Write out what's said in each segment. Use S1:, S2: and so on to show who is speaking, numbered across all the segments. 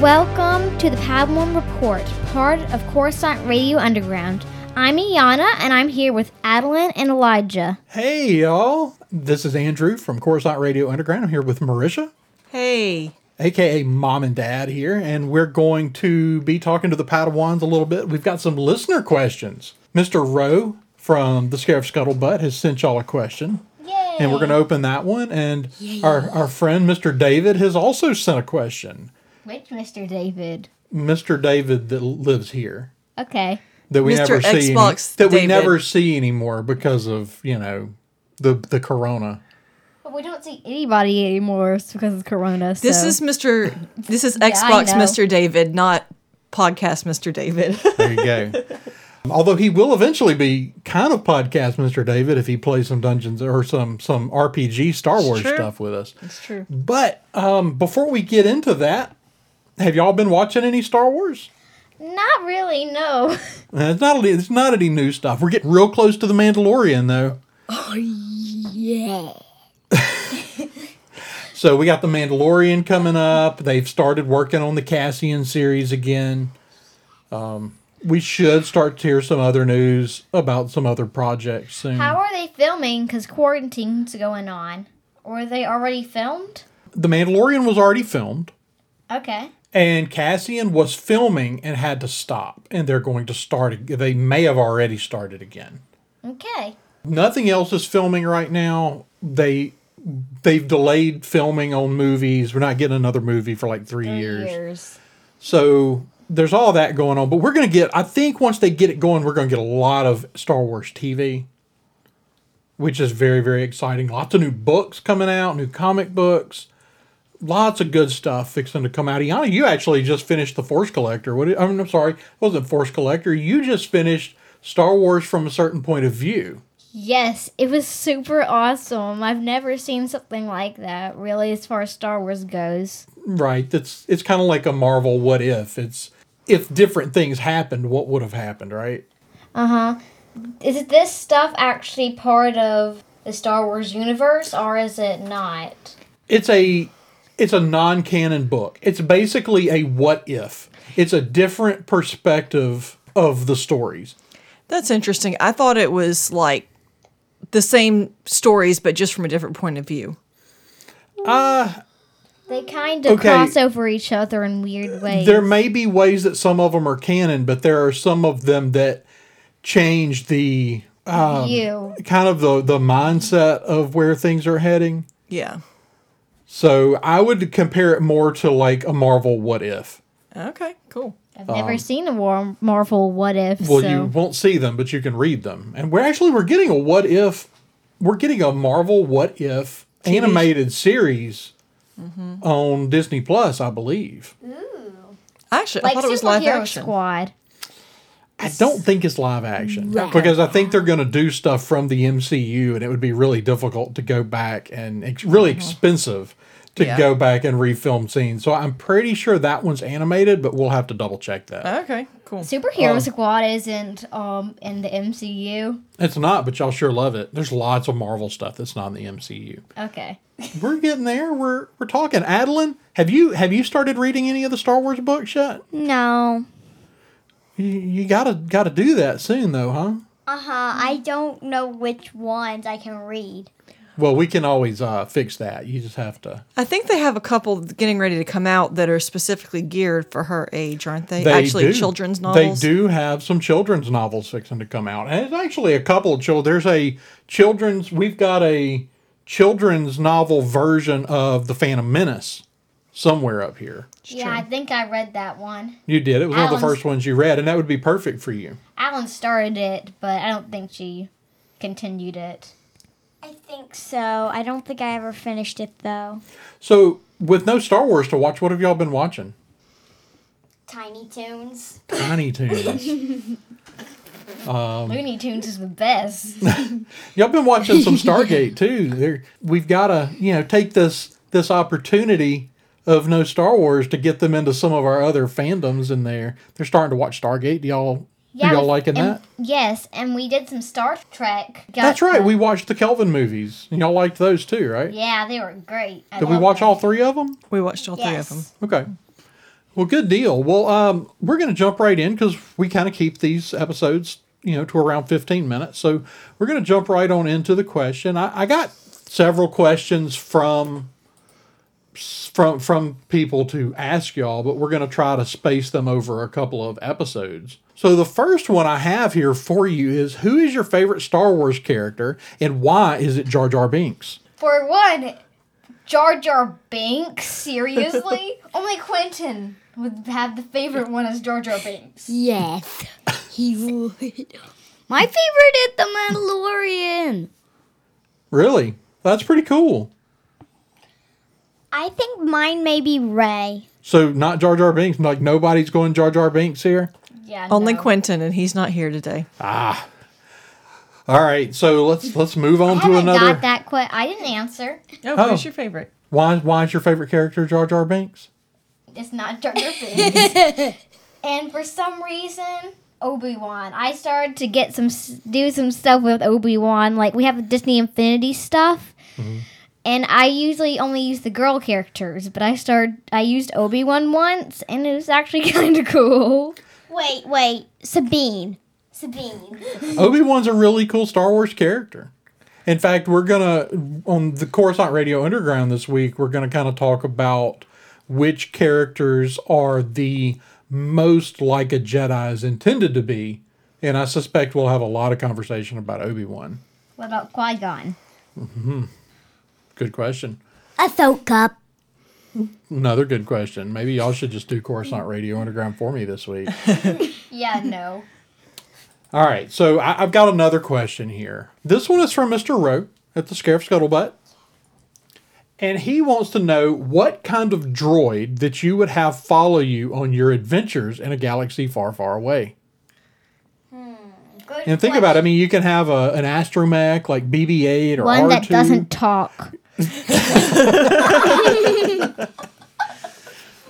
S1: Welcome to the Padawan Report, part of Coruscant Radio Underground. I'm Iana, and I'm here with Adeline and Elijah.
S2: Hey, y'all. This is Andrew from Coruscant Radio Underground. I'm here with Marisha,
S3: Hey,
S2: aka Mom and Dad, here, and we're going to be talking to the Padawans a little bit. We've got some listener questions. Mr. Rowe from The Scare of Scuttlebutt has sent y'all a question. And we're going to open that one. And our, our friend, Mr. David, has also sent a question.
S1: Which Mr. David?
S2: Mr. David that lives here.
S1: Okay.
S2: that we
S3: Mr.
S2: never see any-
S3: Xbox
S2: that we
S3: David.
S2: never see anymore because of you know the the corona.
S1: But we don't see anybody anymore because of Corona.
S3: this is Mr. This is
S1: I
S3: Xbox
S1: know.
S3: Mr. David, not podcast Mr. David.
S2: There you go. Although he will eventually be kind of podcast Mr. David if he plays some dungeons or some some RPG Star Wars
S3: true.
S2: stuff with us.
S3: That's true.
S2: But um, before we get into that, have y'all been watching any Star Wars?
S1: not really. No.
S2: Uh, It's not any- it's not any new stuff. We're getting real close to the Mandalorian though.
S1: Oh, Yeah.
S2: So we got the Mandalorian coming up. They've started working on the Cassian series again. Um, we should start to hear some other news about some other projects soon.
S1: How are they filming? Because quarantine's going on. Were they already filmed?
S2: the Mandalorian was already filmed,
S1: Okay.
S2: and Cassian was filming and had to stop. And they're going to start. ag- They may have already started again.
S1: Okay.
S2: Nothing else is filming right now. They they've delayed filming on movies. We're not getting another movie for like three, years. So there's all that going on, but we're going to get, I think once they get it going, we're going to get a lot of Star Wars TV, which is very, very exciting. Lots of new books coming out, new comic books, lots of good stuff fixing to come out. Iana, you actually just finished The Force Collector. What, did- I mean, I'm sorry, it wasn't Force Collector. You just finished Star Wars from a certain point of view.
S1: Yes, it was super awesome. I've never seen something like that, really, as far as Star Wars goes.
S2: Right. That's it's kind of like a Marvel what if. It's if different things happened, what would have happened, right?
S1: Is this stuff actually part of the Star Wars universe, or is it not?
S2: it's a it's a non-canon book. It's basically a what if. It's a different perspective of the stories.
S3: That's interesting. I thought it was like the same stories, but just from a different point of view.
S1: They kind of
S2: Okay. Uh,
S1: cross over each other in weird ways.
S2: There may be ways that some of them are canon, but there are some of them that change the
S1: you.
S2: kind of the the mindset of where things are heading.
S3: Yeah.
S2: So I would compare it more to like a Marvel what if.
S3: Okay. Cool.
S1: I've never seen a War- Marvel What If,
S2: um, Well,
S1: so
S2: you won't see them, but you can read them. And we're actually we're getting a what if, we're getting a Marvel what if animated series on Disney Plus, I believe.
S3: Actually, I
S1: like
S3: thought it was live
S1: Superhero
S3: action.
S1: Squad.
S2: I don't think it's live action because I think they're going to do stuff from the MCU, and it would be really difficult to go back and it's really expensive to
S3: Yeah.
S2: go back and refilm scenes. So I'm pretty sure that one's animated, but we'll have to double check that.
S3: Okay. Cool.
S1: Superhero
S2: Oh.
S1: Squad isn't um in the MCU.
S2: It's not, but y'all sure love it. There's lots of Marvel stuff that's not in the MCU.
S1: Okay.
S2: We're getting there. We're we're talking. Adeline, have you have you started reading any of the Star Wars books yet?
S4: No.
S2: You, you gotta gotta do that soon though, huh?
S4: Uh huh. I don't know which ones I can read.
S2: Well, we can always uh, fix that. You just have to.
S3: I think they have a couple getting ready to come out that are specifically geared for her age, aren't they?
S2: They
S3: actually,
S2: do-
S3: children's novels.
S2: They do have some children's novels fixing to come out, and it's actually a couple of children. There's a children's. We've got a children's novel version of the Phantom Menace somewhere up here.
S1: yeah, I think I read that one.
S2: You did. It was one of the
S1: Alan's-
S2: first ones you read, and that would be perfect for you.
S1: Alan started it, but I don't think she continued it.
S4: I think so. I don't think I ever finished it though.
S2: So, with no Star Wars to watch, what have y'all been watching?
S4: Tiny Toons.
S2: Tiny Toons.
S1: Looney Tunes is the best.
S2: Um, Y'all been watching some Stargate too. There, we've got to you know take this this opportunity of no Star Wars to get them into some of our other fandoms in there. They're starting to watch Stargate. Do y'all do y'all
S1: we-
S2: liking
S1: and-
S2: that?
S1: Yes, and we did some Star Trek. Got
S2: That's right.
S4: uh,
S1: the-
S2: We watched the Kelvin movies, and y'all liked those too, right?
S1: yeah, they were great. I
S2: Did we
S1: love
S2: watch
S1: them.
S2: all three of them?
S3: We watched all three
S4: Yes.
S3: of them.
S2: Okay. Well, good deal. Well, um, we're going to jump right in because we kind of keep these episodes, you know, to around 15 minutes. So we're going to jump right on into the question. I, I got several questions from from from people to ask y'all, but we're going to try to space them over a couple of episodes. So the first one I have here for you is who is your favorite Star Wars character and why is it Jar Jar Binks?
S1: For one, Jar Jar Binks. Seriously, only Quentin would have the favorite one as Jar Jar Binks.
S5: Yes, he would. My favorite is the Mandalorian.
S2: Really? That's pretty cool.
S1: I think mine may be Ray.
S2: So not Jar Jar Binks, like nobody's going Jar Jar Binks here.
S1: Yeah.
S3: Only
S1: no.
S3: Quentin, and he's not here today.
S2: All right, so let's let's move on
S1: I
S2: to
S1: haven't
S2: another.
S1: got Oh that quick. I didn't answer.
S3: Oh,
S2: Oh.
S3: who's your favorite?
S2: Why why is your favorite character Jar Jar Binks?
S1: It's not Jar Jar Binks. and for some reason, Obi Wan. I started to get some s- do some stuff with Obi Wan. Like we have Disney Infinity stuff.
S2: Mm-hmm.
S1: And I usually only use the girl characters, but I started I used Obi Wan once, and it was actually kind of cool.
S6: Wait, wait, Sabine. Sabine.
S2: Obi Wan's a really cool Star Wars character. In fact, we're gonna on the Coruscant Radio Underground this week. We're gonna kind of talk about which characters are the most like a Jedi is intended to be, and I suspect we'll have a lot of conversation about Obi Wan.
S1: What about Qui Gon?
S2: Good question.
S6: Ahsoka.
S2: Another good question. Maybe y'all should just do Coruscant Radio Underground for me this week.
S1: Yeah, no.
S2: All right, so I, I've got another question here. This one is from Mr. Rowe at the Scarf Scuttlebutt. And he wants to know what kind of droid that you would have follow you on your adventures in a galaxy far, far away.
S1: Good
S2: And think about it. I mean, you can have a, an astromech like BB 8 or
S5: One
S2: R2.
S5: that doesn't talk.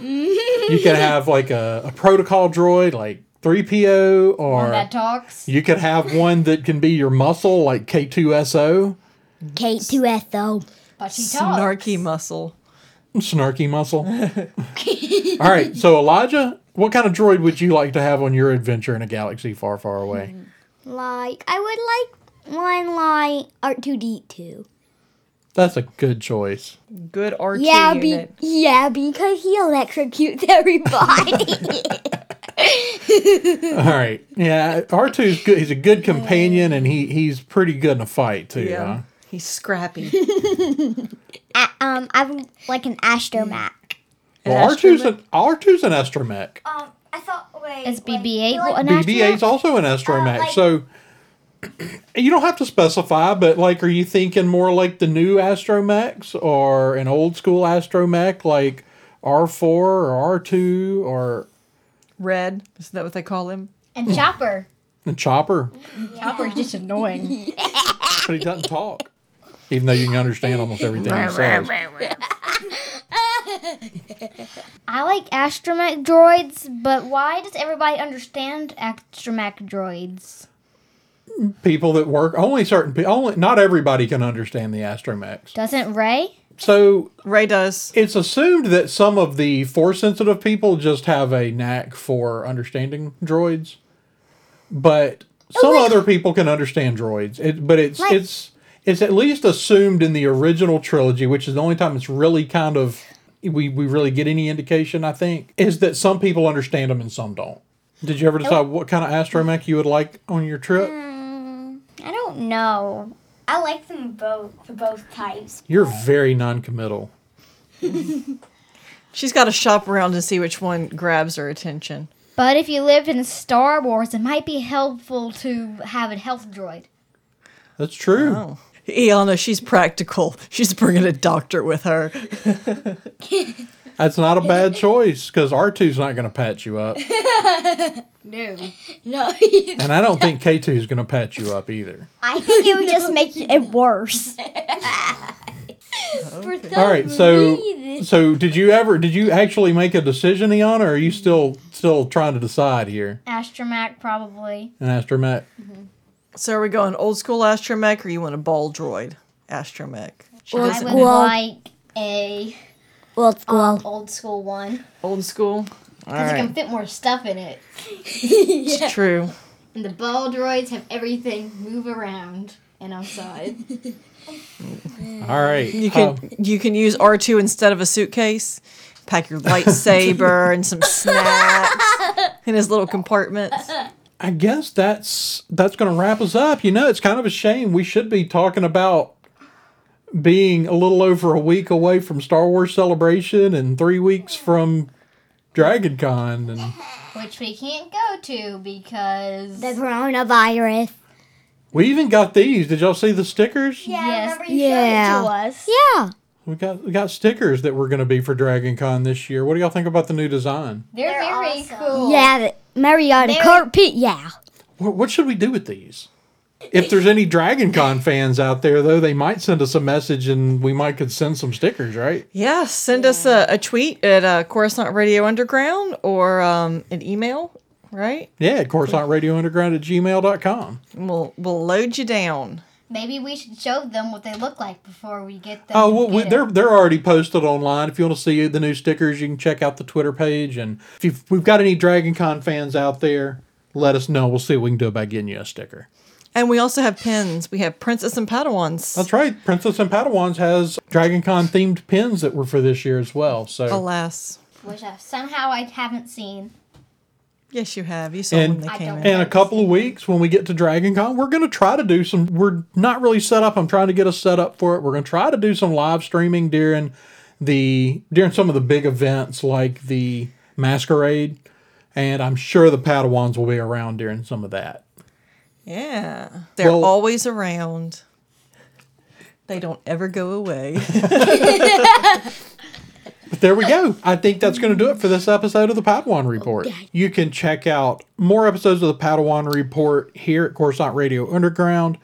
S2: You can have like a, a protocol droid like 3PO or.
S1: that talks.
S2: you could have one that can be your muscle like K2SO,
S6: K2SO.
S1: But she talks.
S3: Snarky muscle.
S2: snarky muscle. All right, so Elijah, what kind of droid would you like to have on your adventure in a galaxy far, far away?
S6: Like, I would like one like R2D2.
S2: That's a good choice.
S3: Good RT
S6: Yeah, be,
S3: unit.
S6: yeah, because he electrocutes everybody.
S2: All right, yeah, R 2s good. He's a good companion, and he he's pretty good in a fight too.
S3: yeah.
S2: huh?
S3: He's scrappy.
S6: um, I'm like an astromech.
S2: Well,
S3: An
S2: R 2's
S3: astromech?
S2: an R 2's an astromech.
S6: Um, I thought, wait.
S5: Is BB-8 an
S2: BB 8's
S5: astronaut?
S2: also an astromech.
S6: Uh, like-
S2: so you don't have to specify, but like, are you thinking more like the new astromechs or an old school astromech like R four or R two or
S3: Red. Isn't that what they call him?
S1: And Chopper.
S2: a chopper?
S1: Chopper's just annoying.
S2: But he doesn't talk, even though you can understand almost everything he says.
S1: I like astromech droids, but why does everybody understand astromech droids?
S2: People that work only certain people, only not everybody can understand the astromechs.
S1: Doesn't Ray?
S2: So
S3: Ray does.
S2: it's assumed that some of the force sensitive people just have a knack for understanding droids, but some other people can understand droids. It, but it's it's it's at least assumed in the original trilogy, which is the only time it's really kind of we we really get any indication. I think is that some people understand them and some don't. Did you ever decide what kind of astromech you would like on your trip?
S1: I don't know.
S6: I like them both for both types.
S2: You're very non-committal.
S3: She's got to shop around and see which one grabs her attention.
S1: But if you lived in Star Wars, it might be helpful to have a health droid.
S2: That's true.
S3: Iana, she's practical. She's bringing a doctor with her.
S2: That's not a bad choice because R2's not going to pat you up.
S1: No.
S6: No,
S2: And I don't think K2 is going to pat you up either.
S6: I think it would just make it worse.
S2: All right, so so did you ever did you actually make a decision, Iana, or are you still still trying to decide here?
S1: Astromech, probably.
S2: An astromech.
S3: So are we going old school astromech or you want a ball droid astromech? She
S6: Old
S1: I
S3: doesn't-
S1: would
S6: school.
S1: like a
S6: Well, it's cool.
S1: old school one.
S3: old school. All
S1: Because it
S3: right.
S1: can fit more stuff in it.
S3: It's true.
S1: And the ball droids have everything move around. And I'm sorry.
S2: All right.
S3: You can
S2: Uh,
S3: you can use R two instead of a suitcase. Pack your lightsaber and some snacks in his little compartments.
S2: I guess that's that's going to wrap us up. You know, it's kind of a shame. We should be talking about being a little over a week away from Star Wars Celebration and three weeks from Dragon Con, and
S1: Which we can't go to because.
S6: The coronavirus.
S2: we even got these. Did y'all see the stickers?
S4: Yeah,
S1: Yes.
S4: remember you showed
S6: Yeah.
S4: it to us.
S6: Yeah.
S2: We got we got stickers that were going to be for Dragon Con this year. What do y'all think about the new design?
S1: They're,
S4: They're
S1: very
S4: awesome.
S1: cool.
S6: Yeah. the- Marriott and
S1: Very-
S6: Kurt Pete. Yeah.
S2: What, what should we do with these? If there's any Dragon Con fans out there, though, they might send us a message and we might could send some stickers, right?
S3: Yeah, send us a, a tweet at uh, Coruscant Radio Underground or um, an email, right?
S2: Yeah, of course, on radio underground at gmail.com.
S3: And we'll we'll load you down.
S1: Maybe we should show them what they look like before we get them.
S2: Oh,
S1: to
S2: well, we,
S1: get it.
S2: they're they're already posted online. If you want to see the new stickers, you can check out the Twitter page. And if you've, we've got any Dragon Con fans out there, let us know. We'll see what we can do about getting you a sticker.
S3: And we also have pins. We have Princess and Padawans.
S2: That's right. Princess and Padawans has Dragon Con themed pins that were for this year as well.
S3: Oh,
S2: So
S3: Alas,
S1: Which I, somehow I haven't seen.
S3: yes, you have. You saw
S2: And-
S3: when
S1: I
S3: they came
S1: don't.
S3: in.
S2: in a couple of weeks when we get to Dragon Con, we're going to try to do some. We're not really set up. I'm trying to get us set up for it. We're going to try to do some live streaming during the during some of the big events like the masquerade, and I'm sure the Padawans will be around during some of that.
S3: Yeah, they're
S2: Well-
S3: always around. They don't ever go away.
S2: But there we go. I think that's going to do it for this episode of the Padawan Report. You can check out more episodes of the Padawan Report here at Coruscant Radio Underground.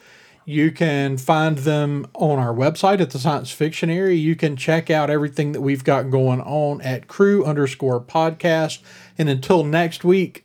S2: You can find them on our website at the Science Fictionary. You can check out everything that we've got going on at crew underscore podcast. And until next week,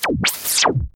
S1: you.